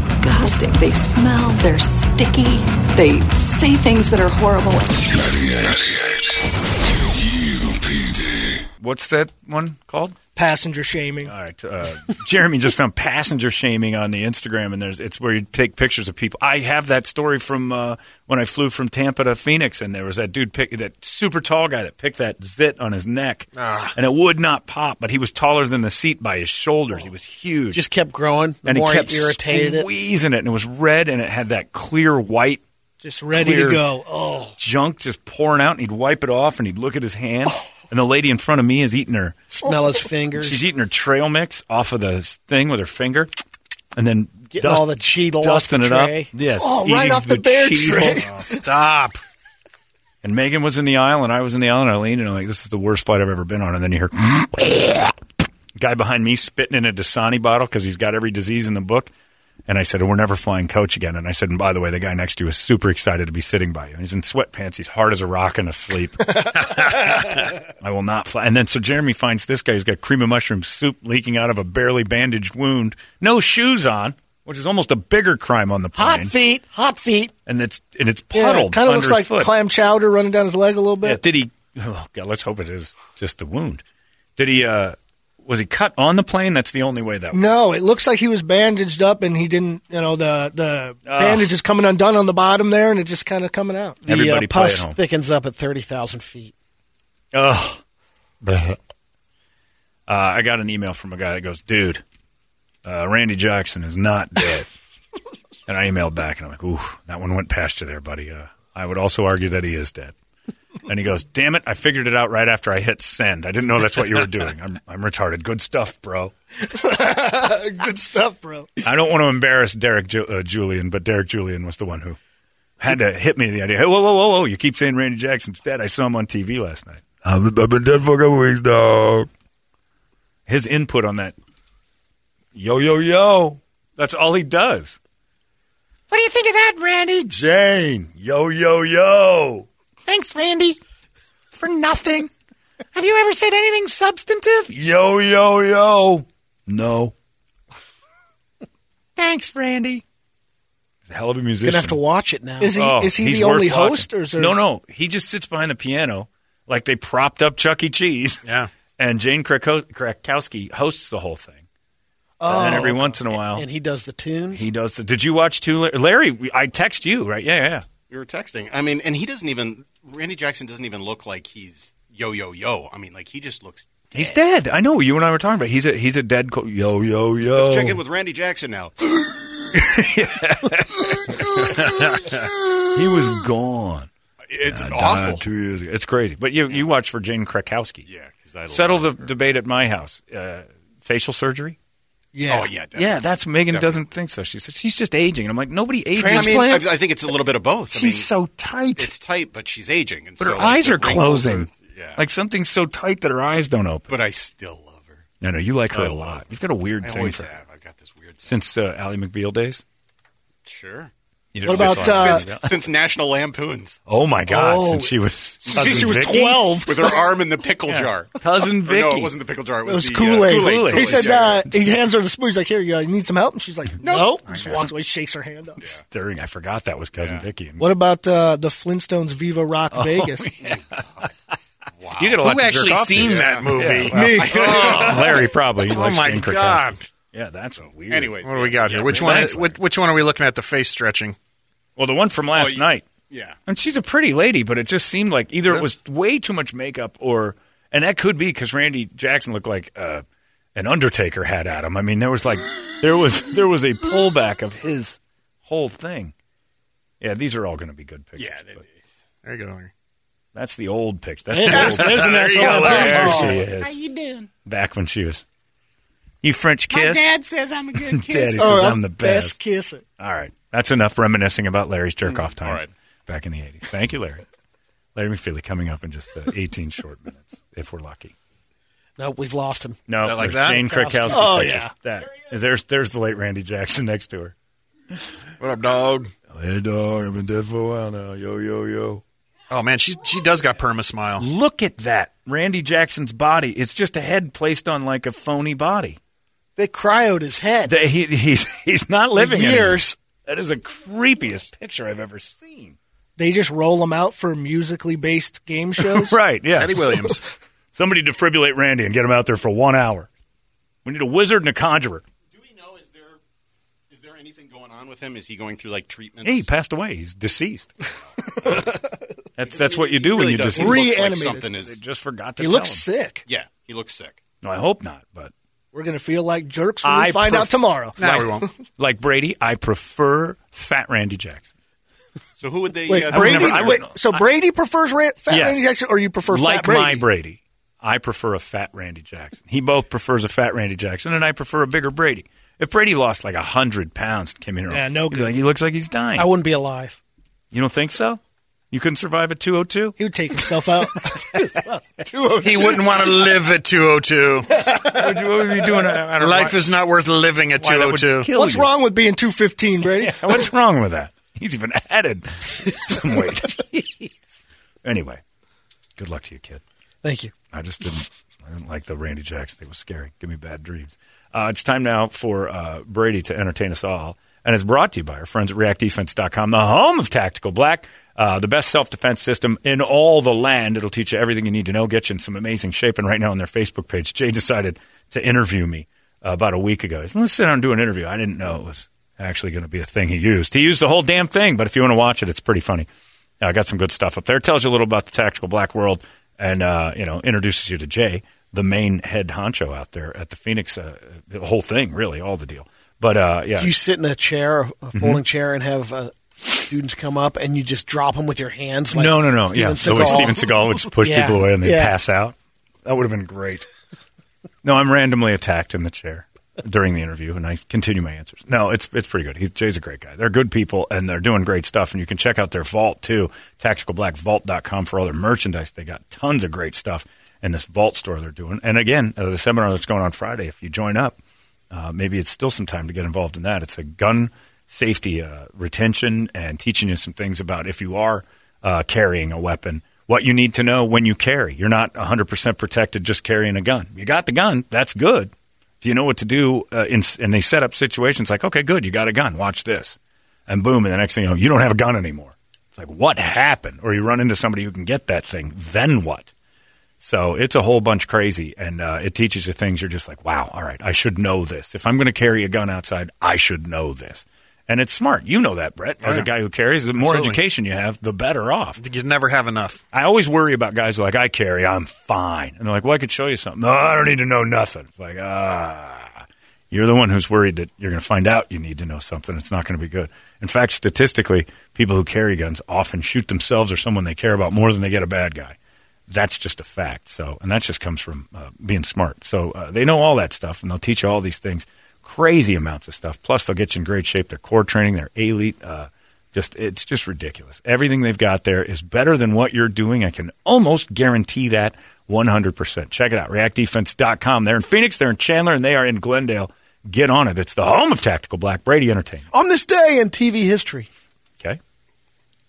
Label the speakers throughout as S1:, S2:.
S1: disgusting. They smell, they're sticky, they say things that are horrible.
S2: 98.
S3: What's that one called?
S4: Passenger shaming.
S3: All right. Uh, Jeremy just found passenger shaming on the Instagram, and there's it's where you take pictures of people. I have that story from uh, when I flew from Tampa to Phoenix, and there was that dude, pick, that super tall guy that picked that zit on his neck,
S4: Ah.
S3: and it would not pop, but he was taller than the seat by his shoulders. He was huge.
S4: Just kept growing. The
S3: and
S4: more
S3: he kept
S4: I irritated it,
S3: squeezing it, and it was red, and it had that clear white
S4: just ready
S3: clear.
S4: to go. Oh,
S3: junk just pouring out, and he'd wipe it off, and he'd look at his hand,
S4: Oh.
S3: and the lady in front of me is eating her.
S4: smell his fingers.
S3: She's eating her trail mix off of the s- thing with her finger, and then
S4: Getting all the cheetle off
S3: dusting
S4: the
S3: it
S4: tray.
S3: up. Yes,
S4: Oh, right
S3: eating
S4: off the bear
S3: cheetle.
S4: tray.
S3: Oh, stop. and Megan was in the aisle, and I was in the aisle, and I leaned, and I'm like, "This is the worst flight I've ever been on." And then you hear. Guy behind me spitting in a Dasani bottle because he's got every disease in the book. And I said, We're never flying coach again. And I said, And by the way, the guy next to you is super excited to be sitting by you. And he's in sweatpants. He's hard as a rock and asleep. I will not fly. And then so Jeremy finds this guy who's got cream of mushroom soup leaking out of a barely bandaged wound, no shoes on, which is almost a bigger crime on the plane.
S4: hot feet. Hot feet.
S3: And it's and it's
S4: Yeah,
S3: puddled.
S4: kind of
S3: under
S4: looks
S3: his
S4: like
S3: foot.
S4: clam chowder running down his leg a little
S3: Yeah,
S4: bit.
S3: did he? Oh God, let's hope it is just the wound. Did he? uh Was he cut on the plane? That's the only way that.
S4: No, it looks like he was bandaged up, and he didn't. You know, the the bandage is coming undone on the bottom there, and it's just kind of coming out.
S5: The
S3: Everybody
S5: uh,
S3: play at
S5: pus
S3: home.
S5: thickens up at 30,000 feet.
S3: Oh. Uh, I got an email from a guy that goes, "Dude, uh, Randy Jackson is not dead." and I emailed back, and I'm like, "Ooh, that one went past you there, buddy." Uh, I would also argue that he is dead. And he goes, "Damn it! I figured it out right after I hit send. I didn't know that's what you were doing. I'm, I'm retarded. Good stuff, bro.
S4: Good stuff, bro.
S3: I don't want to embarrass Derek Ju- uh, Julian, but Derek Julian was the one who had to hit me with the idea. Hey, whoa, whoa, whoa, whoa! You keep saying Randy Jackson's dead. I saw him on TV last night.
S2: I've I've been dead for a couple weeks, dog.
S3: His input on that
S2: Yo, yo, yo.
S3: That's all he does.
S2: What do you think of that, Randy? Jane. Yo, yo, yo.
S5: Thanks, Randy.
S2: For nothing. Have you ever said anything substantive? Yo, yo, yo. No. Thanks, Randy.
S3: He's a hell of a musician.
S5: Gonna have to watch it now.
S4: Is he is he
S3: Oh, he's
S4: the only
S3: worth watching.
S4: host, or is there
S3: No, no. He just sits behind the piano like they propped up Chuck E. Cheese.
S5: Yeah.
S3: And Jane Krakow- Krakowski hosts the whole thing. and then
S4: Oh.
S3: every once in a while,
S5: and he does the tunes.
S3: he oh, does the. Did you watch two? Larry, Larry, we- I text you, right? Yeah, yeah, yeah.
S6: We were texting. I mean, and he doesn't even. Randy Jackson doesn't even look like he's yo yo yo. I mean, like he just looks.
S3: He's dead. I know. You and I were talking about. He's a he's a dead. Co-
S2: Yo, yo, yo.
S3: Oh.
S6: Check in with Randy Jackson now.
S3: he was gone. uh,
S6: It's
S2: Died
S6: awful.
S2: Two years ago.
S3: It's crazy. But you you watch for Jane Krakowski.
S6: Yeah, 'cause I
S3: Settle the
S6: love her.
S3: debate at my house. Uh, facial surgery.
S4: Yeah.
S6: Oh yeah, definitely.
S3: Yeah, that's Megan doesn't think so. She said she's just aging. And I'm like, nobody ages.
S6: I mean,
S4: Transplant?
S6: I, I think it's a little bit of both. I
S3: she's
S6: mean,
S3: so tight.
S6: it's tight, but she's aging, and
S3: but
S6: so,
S3: her
S6: like,
S3: eyes
S6: the
S3: are
S6: wrinkles
S3: closing.
S6: are- yeah,
S3: Like something's so tight that her eyes don't open.
S6: but I still love her.
S3: No, no, you like her
S6: I
S3: a
S6: love
S3: lot.
S6: her.
S3: You've got a weird
S6: I
S3: thing
S6: always
S3: for her.
S6: have. I've got this weird.
S3: Since uh, Ally McBeal days.
S6: Sure.
S3: You
S4: What
S3: know,
S4: about,
S3: since-
S4: uh,
S3: since-
S6: Since National Lampoons,
S3: oh my God!
S4: Oh.
S3: since she was
S6: Since she was
S3: Cousin Vicky?
S6: 12 with her arm in the pickle jar.
S3: Cousin
S6: Or
S3: Vicky.
S6: no, it wasn't the pickle jar. It
S4: It
S6: was,
S4: was
S6: the, uh,
S4: Kool Aid.
S3: Kool-Aid.
S4: He said
S6: Yeah, yeah.
S4: uh, he hands her the spoon. He's like, "Here, you uh, need some help?" And she's like, "No." And Just walks away, shakes her hand up.
S3: Stirring. I forgot that was cousin Vicky.
S4: What about uh, the Flintstones Viva Rock Vegas?
S3: You got a lot
S7: Who
S3: to
S7: actually
S3: jerk off to.
S7: seen
S3: Yeah.
S7: that movie?
S3: Yeah, well, Larry probably. He
S7: Oh
S3: likes
S7: my
S3: Jane Krakowski.
S7: God.
S3: Yeah, that's weird.
S6: Anyways,
S7: What do we got here? Which one?
S3: thanks,
S7: Which, which one are we looking at? The face stretching.
S3: Well, the one from last
S6: you-
S3: night.
S6: yeah.
S3: And she's a pretty lady, but it just seemed like either it was way too much makeup or, and that could be because Randy Jackson looked like uh, an Undertaker had at him. I mean, there was like, there was there was a pullback of his whole thing. Yeah, these are all going to be good pictures.
S6: Yeah, they-
S3: but
S7: There you go. Larry.
S3: that's the old picture. That's the
S4: There's,
S3: old
S4: there's an
S7: There you
S4: actual.
S7: go,
S3: There
S4: Oh.
S3: she is. How you doing? Back when she was, you French kiss.
S7: says I'm a good
S3: Daddy
S4: Oh,
S3: says I'm the best.
S4: kisser.
S3: All right. That's enough reminiscing about Larry's jerk off time back in the 80s. Thank you, Larry. Larry McFeely coming up in just uh, 18 short minutes, if we're lucky.
S5: No, we've lost him.
S3: No,
S7: That like
S3: there's
S7: that?
S3: Jane Krakowski.
S4: Oh,
S3: pictures.
S4: yeah.
S3: That. There's, there's the late Randy Jackson next to her.
S7: What up, dog?
S2: Hey, dog. I've been dead for a while now. Yo, yo, yo.
S7: Oh man, she she does got perma smile.
S3: Look at that. Randy Jackson's body. It's just a head placed on like a phony body.
S5: They cryoed his head.
S3: The- he- he's, he's not living anymore.
S5: years.
S3: That is the creepiest picture I've ever seen.
S8: They just roll them out for musically based game shows.
S3: Right, yeah.
S6: Eddie Williams.
S3: Somebody defibrillate Randy and get him out there for one hour. We need a wizard and a conjurer.
S9: Do we know is there is there anything going on with him? Is he going through like treatments?
S3: Hey, he passed away. He's deceased. that's that's what you do when
S9: really
S3: you
S9: does.
S3: deceased.
S9: He looks like
S8: Reanimated.
S9: something
S3: They
S9: is.
S3: just forgot to
S8: He
S3: tell
S8: looks
S3: him.
S8: sick.
S9: Yeah, he looks sick.
S3: No, I hope not, but
S8: We're gonna feel like jerks when we
S3: I
S8: find
S3: pref-
S8: out tomorrow.
S6: No, we won't.
S3: like Brady, I prefer fat Randy Jackson.
S9: So who would they?
S8: Wait,
S9: uh,
S8: Brady.
S3: never- I would-
S8: wait, so Brady prefers Ran- Fat
S3: Yes.
S8: Randy Jackson, or you prefer
S3: like
S8: Fat Brady?
S3: my Brady. I prefer a fat Randy Jackson. He both prefers a fat Randy Jackson, and I prefer a bigger Brady. If Brady lost like hundred pounds, Kim here,
S8: Yeah, no
S3: he'd be
S8: good.
S3: like, he looks like he's dying.
S4: I wouldn't be alive.
S3: you don't think so? You couldn't survive at two hundred two.
S8: He would take himself out.
S6: He wouldn't want to live at 202.
S3: What would you- what would you be doing? I- I don't know
S6: Life
S3: why-
S6: is not worth living at
S3: why that would
S6: 202.
S3: kill
S8: oh What's
S3: you.
S8: wrong with being 215, Brady?
S3: Yeah, what's wrong with that? He's even added some weight. Anyway, good luck to you, kid.
S4: Thank you.
S3: I just didn't. I didn't like the Randy Jackson. thing. It was scary. Give me bad dreams. Uh, it's time now for uh, Brady to entertain us all, and it's brought to you by our friends at ReactDefense.com, the home of Tactical Black, uh, the best self-defense system in all the land. It'll teach you everything you need to know, get you in some amazing shape. And right now on their Facebook page, Jay decided to interview me uh, about a week ago. He said, "Let's sit down and do an interview." I didn't know it was actually going to be a thing he used. He used the whole damn thing, but if you want to watch it, it's pretty funny. I got some good stuff up there. It tells you a little about the tactical black world, and uh, you know introduces you to Jay, the main head honcho out there at the Phoenix. Uh, the whole thing, really, all the deal. But uh, yeah,
S4: Do you sit in a chair, a
S3: Mm-hmm.
S4: folding chair, and have uh, students come up and you just drop them with your hands? Like
S3: no, no, no.
S4: Steven
S3: yeah, the way
S4: Seagal?
S3: Steven Seagal would just push
S4: Yeah.
S3: people away and they
S4: Yeah.
S3: pass out. That would have been great. no, I'm randomly attacked in the chair during the interview, and I continue my answers. No, it's it's pretty good. He's, Jay's a great guy. They're good people, and they're doing great stuff. And you can check out their vault too, tacticalblackvault.com for all their merchandise. They got tons of great stuff in this vault store they're doing. And again, uh, the seminar that's going on Friday. If you join up, uh, maybe it's still some time to get involved in that. It's a gun safety uh, retention and teaching you some things about if you are uh, carrying a weapon, what you need to know when you carry. You're not 100% protected just carrying a gun. You got the gun, that's good. Do you know what to do? Uh, in, and they set up situations like, okay, good, you got a gun, watch this. And boom, and the next thing you know, you don't have a gun anymore. It's like, what happened? Or you run into somebody who can get that thing, then what? So it's a whole bunch crazy, and uh, it teaches you things you're just like, wow, all right, I should know this. If I'm going to carry a gun outside, I should know this. And it's smart. You know that, Brett. As a
S6: Oh, yeah.
S3: guy who carries, the more
S6: Absolutely.
S3: education you have, the better off.
S6: You never have enough.
S3: I always worry about guys who are like, I carry, I'm fine. And they're like, well, I could show you something. No, I don't need to know nothing. It's like, ah, you're the one who's worried that you're going to find out you need to know something. It's not going to be good. In fact, statistically, people who carry guns often shoot themselves or someone they care about more than they get a bad guy. That's just a fact. So, and that just comes from uh, being smart. So uh, they know all that stuff, and they'll teach you all these things, crazy amounts of stuff. Plus, they'll get you in great shape. Their core training, their elite. Uh, just it's just ridiculous. Everything they've got there is better than what you're doing. I can almost guarantee that 100%. Check it out reactdefense.com. They're in Phoenix, they're in Chandler, and they are in Glendale. Get on it. It's the home of Tactical Black Brady Entertainment.
S4: On this day in TV history,
S3: Okay?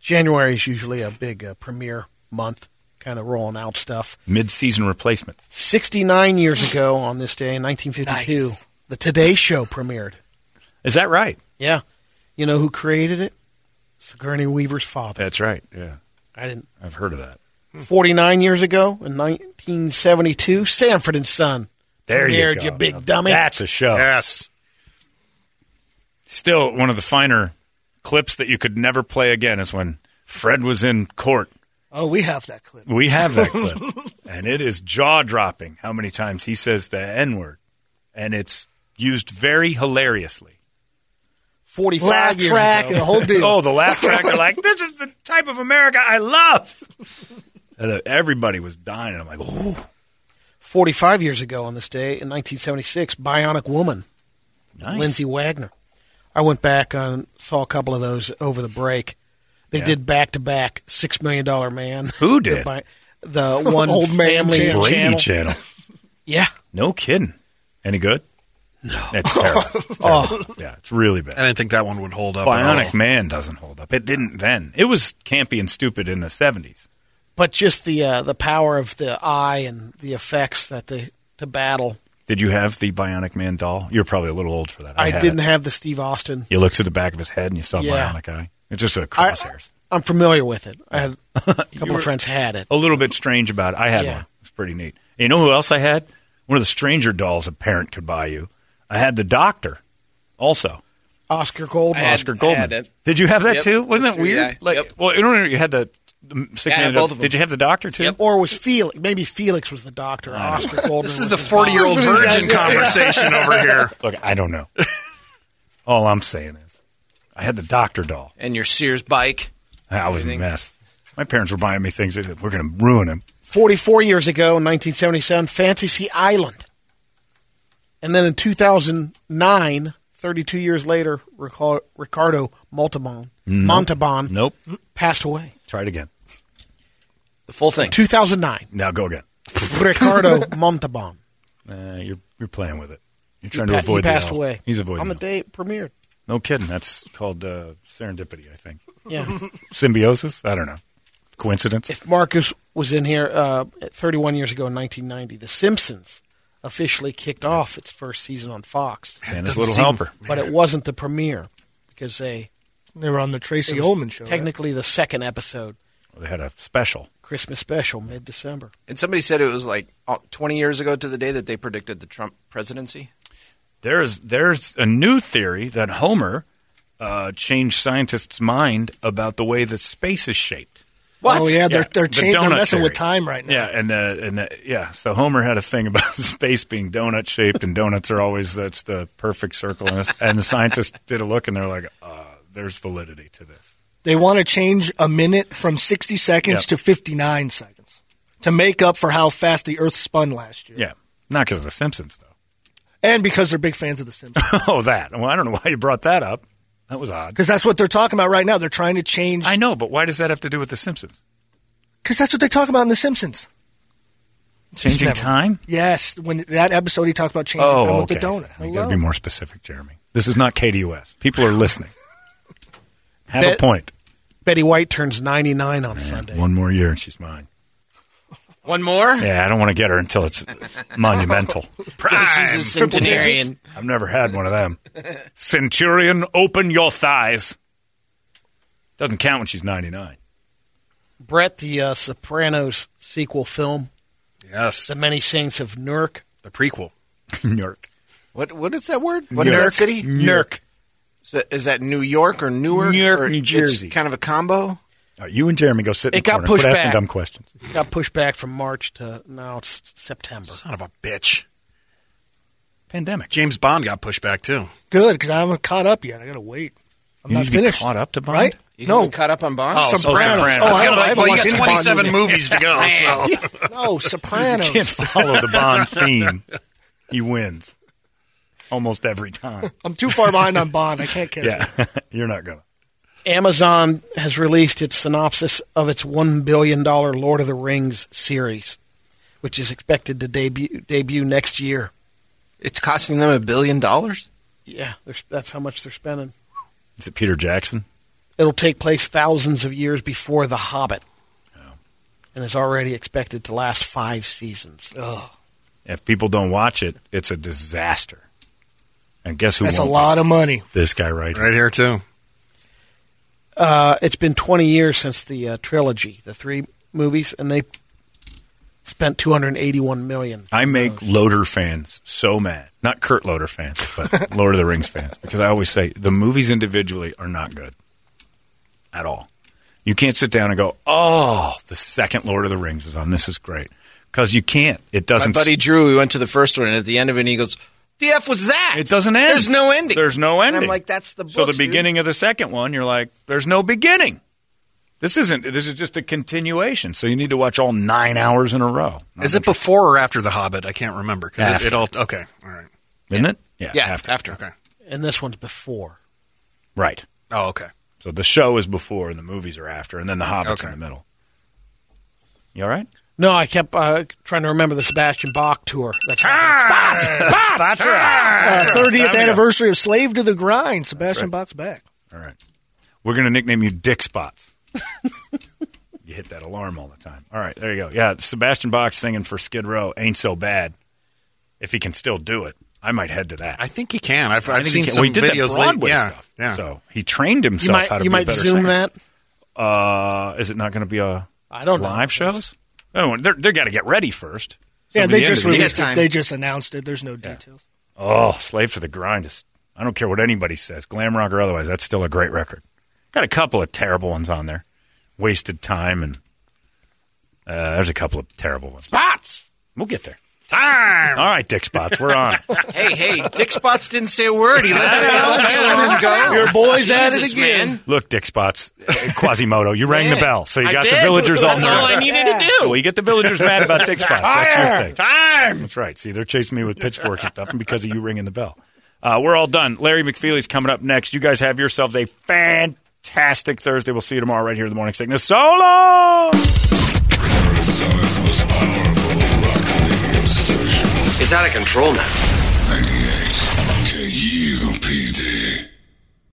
S4: January is usually a big uh, premiere month, kind of rolling out stuff.
S3: Mid-season replacements.
S4: 69 years ago on this day in 1952, the Today Show premiered.
S3: Is that right?
S4: Yeah. You know who created it? Sigourney Weaver's father.
S3: That's right. Yeah.
S4: I didn't.
S3: I've heard of that.
S4: 49 years ago in 1972, Sanford and Son.
S3: There you
S4: premiered,
S3: go.
S4: you big
S3: Now
S4: dummy.
S3: That's a show.
S6: Yes.
S3: Still one of the finer clips that you could never play again is when Fred was in court
S8: Oh, we have that clip.
S3: We have that clip, and it is jaw dropping how many times he says the N word, and it's used very hilariously.
S4: 45
S8: Laugh
S4: years
S8: track and
S4: ago.
S8: the whole deal.
S3: Oh, the laugh track! They're like, "This is the type of America I love." And, uh, everybody was dying. and I'm like, "Ooh,
S4: 45 years ago on this day in 1976, Bionic Woman,
S3: nice."
S4: Lindsay Wagner. I went back and saw a couple of those over the break. They did back to back Six Million Dollar Man.
S3: Who did?
S4: The, bi- the one
S8: Old man
S4: family
S8: channel.
S3: Brady
S4: channel.
S3: channel.
S4: Yeah.
S3: No kidding. Any good? No. It's terrible. It's terrible. Yeah, it's really bad.
S6: I didn't think that one would hold up. at all.
S3: Bionic Man doesn't hold up. It didn't then. It was campy and stupid in the '70s.
S4: but just the uh, the power of the eye and the effects that they to battle
S3: Did you have the Bionic Man doll? You're probably a little old for that.
S4: I,
S3: had
S4: didn't
S3: It.
S4: have the Steve Austin.
S3: You looked at the back of his head and you saw
S4: Yeah.
S3: Bionic Eye. It's just a
S4: I,
S3: crosshairs.
S4: I'm familiar with it. I had a couple
S3: were-
S4: of friends had it.
S3: a little bit strange about it. I had
S4: Yeah.
S3: one. It's pretty neat. You know who else I had? One of the stranger dolls a parent could buy you. I had the doctor also.
S4: Oscar Goldman.
S10: I had-
S3: Oscar Goldman.
S10: had it.
S3: Did you have that
S10: Yep.
S3: too? Wasn't that
S10: Sure,
S3: weird?
S10: yeah.
S3: Like,
S10: Yep.
S3: well, you know, you had the, the sick
S10: Yeah, I
S3: man.
S10: had both of them.
S3: Did you have the doctor too?
S4: or was Felix? Maybe Felix was the doctor. Oscar Goldman.
S6: This
S4: was
S6: is the
S4: his
S6: 40 year old
S4: boss.
S6: virgin conversation over here.
S3: Look, I don't know. All I'm saying is, I had the doctor doll.
S10: and your Sears bike.
S3: I was a
S10: Everything.
S3: mess. My parents were buying me things that we're going to ruin him.
S4: 44 years ago in 1977, Fantasy Island. And then in 2009, 32 years later, Rica- Ricardo Montalban, Montalban
S3: Nope.
S4: passed away.
S3: Try it again.
S10: The full thing.
S4: 2009,
S3: Now go again.
S4: Ricardo Montalban.
S3: Uh, you're you're playing with it. You're trying
S4: pa-
S3: to avoid
S4: he passed
S3: the L.
S4: away.
S3: He's avoiding
S4: On the
S3: it.
S4: day it premiered.
S3: No kidding. That's called uh, serendipity, I think.
S4: Yeah.
S3: Symbiosis? I don't know. Coincidence?
S4: if Marcus was in here uh, 31 years ago in 1990, The Simpsons officially kicked off its first season on Fox,
S3: Santa's
S6: doesn't
S3: little
S6: seem-
S3: helper.
S4: but it wasn't the premiere because they
S8: They were on the Tracy
S4: it was
S8: Ullman show. right?
S4: technically the second episode,
S3: Well, they had a special.
S4: Christmas special, mid December.
S10: And somebody said it was like uh, 20 years ago to the day that they predicted the Trump presidency.
S3: There's there's a new theory that Homer uh, changed scientists' mind about the way the space is shaped.
S10: What?
S8: Oh yeah, they're they're,
S3: the
S8: cha- they're
S3: donut
S8: messing with
S3: theory.
S8: time right now.
S3: Yeah, and the, and the, yeah. So Homer had a thing about space being donut shaped, and donuts are always that's the perfect circle. And, this, and the scientists did a look, and they're like, uh, "There's validity to this."
S8: They want to change a minute from 60 seconds
S3: Yeah.
S8: to 59 seconds to make up for how fast the Earth spun last year.
S3: Yeah, not because of the Simpsons though.
S8: And because they're big fans of The Simpsons.
S3: oh, that. Well, I don't know why you brought that up. That was odd.
S8: Because that's what they're talking about right now. They're trying to change.
S3: I know, but why does that have to do with the Simpsons?
S8: Because that's what they talk about in The Simpsons.
S3: Changing
S8: never-
S3: time? Oh,
S8: Yes, when that episode he talked about changing time with the
S3: You
S8: donut.
S3: got
S8: Hello.
S3: to be more specific, Jeremy. This is not KDOS. People are listening. Have a
S4: Bet-
S3: point.
S4: Betty White turns 99 on Sunday.
S3: One more year and she's mine.
S10: One more?
S3: Yeah, I don't want to get her until it's monumental.
S10: She's a centenarian.
S3: I've never had one of them. Centurion, open your thighs. Doesn't count when she's 99.
S4: Brett, the uh, Sopranos sequel film,
S6: Yes.
S4: The Many Saints of Nurk.
S6: The prequel.
S3: York.
S10: What, what is that word? What is that city?
S4: Nurk.
S10: Is that, is that New York or Newark?
S3: New York,
S10: or
S3: New
S10: it's
S3: Jersey.
S10: kind of a combo?
S3: All right, you and Jeremy go sit in
S4: It
S3: the
S4: got
S3: corner.
S4: pushed
S3: Quit asking
S4: back.
S3: dumb questions.
S4: Got pushed back from March to now it's September.
S6: Son of a bitch.
S3: Pandemic.
S6: James Bond got pushed back, too.
S8: Good, because I haven't caught up yet. I gotta wait. I'm
S3: You
S8: not
S3: need to be
S8: finished.
S3: caught up to Bond?
S8: Right?
S10: You
S8: no,
S10: haven't caught up on Bond?
S6: Oh,
S3: Sopranos.
S6: Sopranos.
S3: Oh,
S6: I was
S3: I
S6: gonna-
S8: haven't- I haven't
S6: well, you
S8: watched
S6: got
S8: any Bond
S6: 27 movies to go. So.
S8: no, Sopranos.
S3: can't follow the Bond theme. He wins almost every time.
S8: I'm too far behind on Bond. I can't catch up.
S3: Yeah, you're not gonna.
S4: Amazon has released its synopsis of its $1 billion Lord of the Rings series, which is expected to debut, debut next year.
S10: It's costing them a billion dollars?
S4: Yeah, they're- that's how much they're spending.
S3: Is it Peter Jackson?
S4: It'll take place thousands of years before The Hobbit
S10: Oh.
S4: and is already expected to last five seasons.
S3: If people don't watch it, it's a disaster. And guess who?
S8: That's a
S3: won't?
S8: lot of money.
S3: This guy right here.
S6: Right here, too.
S4: Uh, it's been 20 years since the uh, trilogy, the three movies, and they spent 281 million.
S3: I make Loader fans so mad. Not Kurt Loader fans, but Lord of the Rings fans, because I always say the movies individually are not good at all. You can't sit down and go, "Oh, the second Lord of the Rings is on. This is great," because you can't. It
S10: My
S3: doesn't.
S10: buddy Drew, we went to the first one, and at the end of it, he goes, "The f was that?
S3: It doesn't end.
S10: There's no ending.
S3: There's no
S10: And
S3: ending.
S10: I'm like, that's the book.
S3: so the beginning of the second one, you're like, there's no beginning. This isn't. This is just a continuation. So you need to watch all nine hours in a row. Not
S6: Is it before or after The Hobbit? I can't remember. Because
S3: After.
S6: it, it all. Okay. All right.
S3: Isn't it?
S10: Yeah,
S3: After.
S10: after.
S6: Okay.
S4: And this one's before.
S3: Right.
S6: Oh, okay.
S3: So the show is before, and the movies are after, and then the Hobbit's
S6: Okay.
S3: in the middle. You all right?
S4: No, I kept uh, trying to remember the Sebastian Bach tour. That's happening.
S3: That's right.
S8: Uh, 30th
S3: go.
S8: anniversary of Slave to the Grind. Sebastian Bach's back.
S3: All right. We're gonna nickname you Dick Spots. you hit that alarm all the time. All right, there you go. Yeah, Sebastian Bach singing for Skid Row ain't so bad. if he can still do it. I might head to that.
S6: I think he can. I've, I've
S3: think he
S6: seen
S3: can-
S6: some
S3: well, he did
S6: videos
S3: that Broadway
S6: lately. Yeah,
S3: stuff.
S6: yeah.
S3: So he trained
S4: You
S3: himself how
S4: might
S3: to be
S4: you might
S3: a better
S4: zoom
S3: singer.
S4: that.
S3: Uh, is it not going to be a
S4: I don't know.
S3: live shows? Oh, they're they got to get ready first. So
S8: yeah,
S3: for
S8: they
S3: the end
S8: just
S3: of the
S8: released
S10: year.
S8: it. They just announced it. There's no details.
S3: Oh, Slave to the Grind is. I don't care what anybody says, glam rock or otherwise. That's still a great record. Got a couple of terrible ones on there. Wasted time and uh, there's a couple of terrible ones. Spots. We'll get there. Time. All right, Dick Spots. We're on.
S10: Hey, hey, Dick Spots didn't say a word. He let the go.
S8: Your boy's at it
S10: Jesus,
S8: again.
S10: man.
S3: Look, Dick Spots, uh, Quasimodo, you rang the bell, so you
S10: I
S3: got the
S10: did.
S3: villagers
S10: That's
S3: on there.
S10: all I needed to do.
S3: Well, you get the villagers mad about Dick Spots. That's your thing. Time. That's right. See, they're chasing me with pitchforks and stuff because of you ringing the bell. Uh, we're all done. Larry McFeely's coming up next. You guys have yourselves a fantastic Thursday. We'll see you tomorrow right here in the morning sickness. So long.
S11: It's out of control now.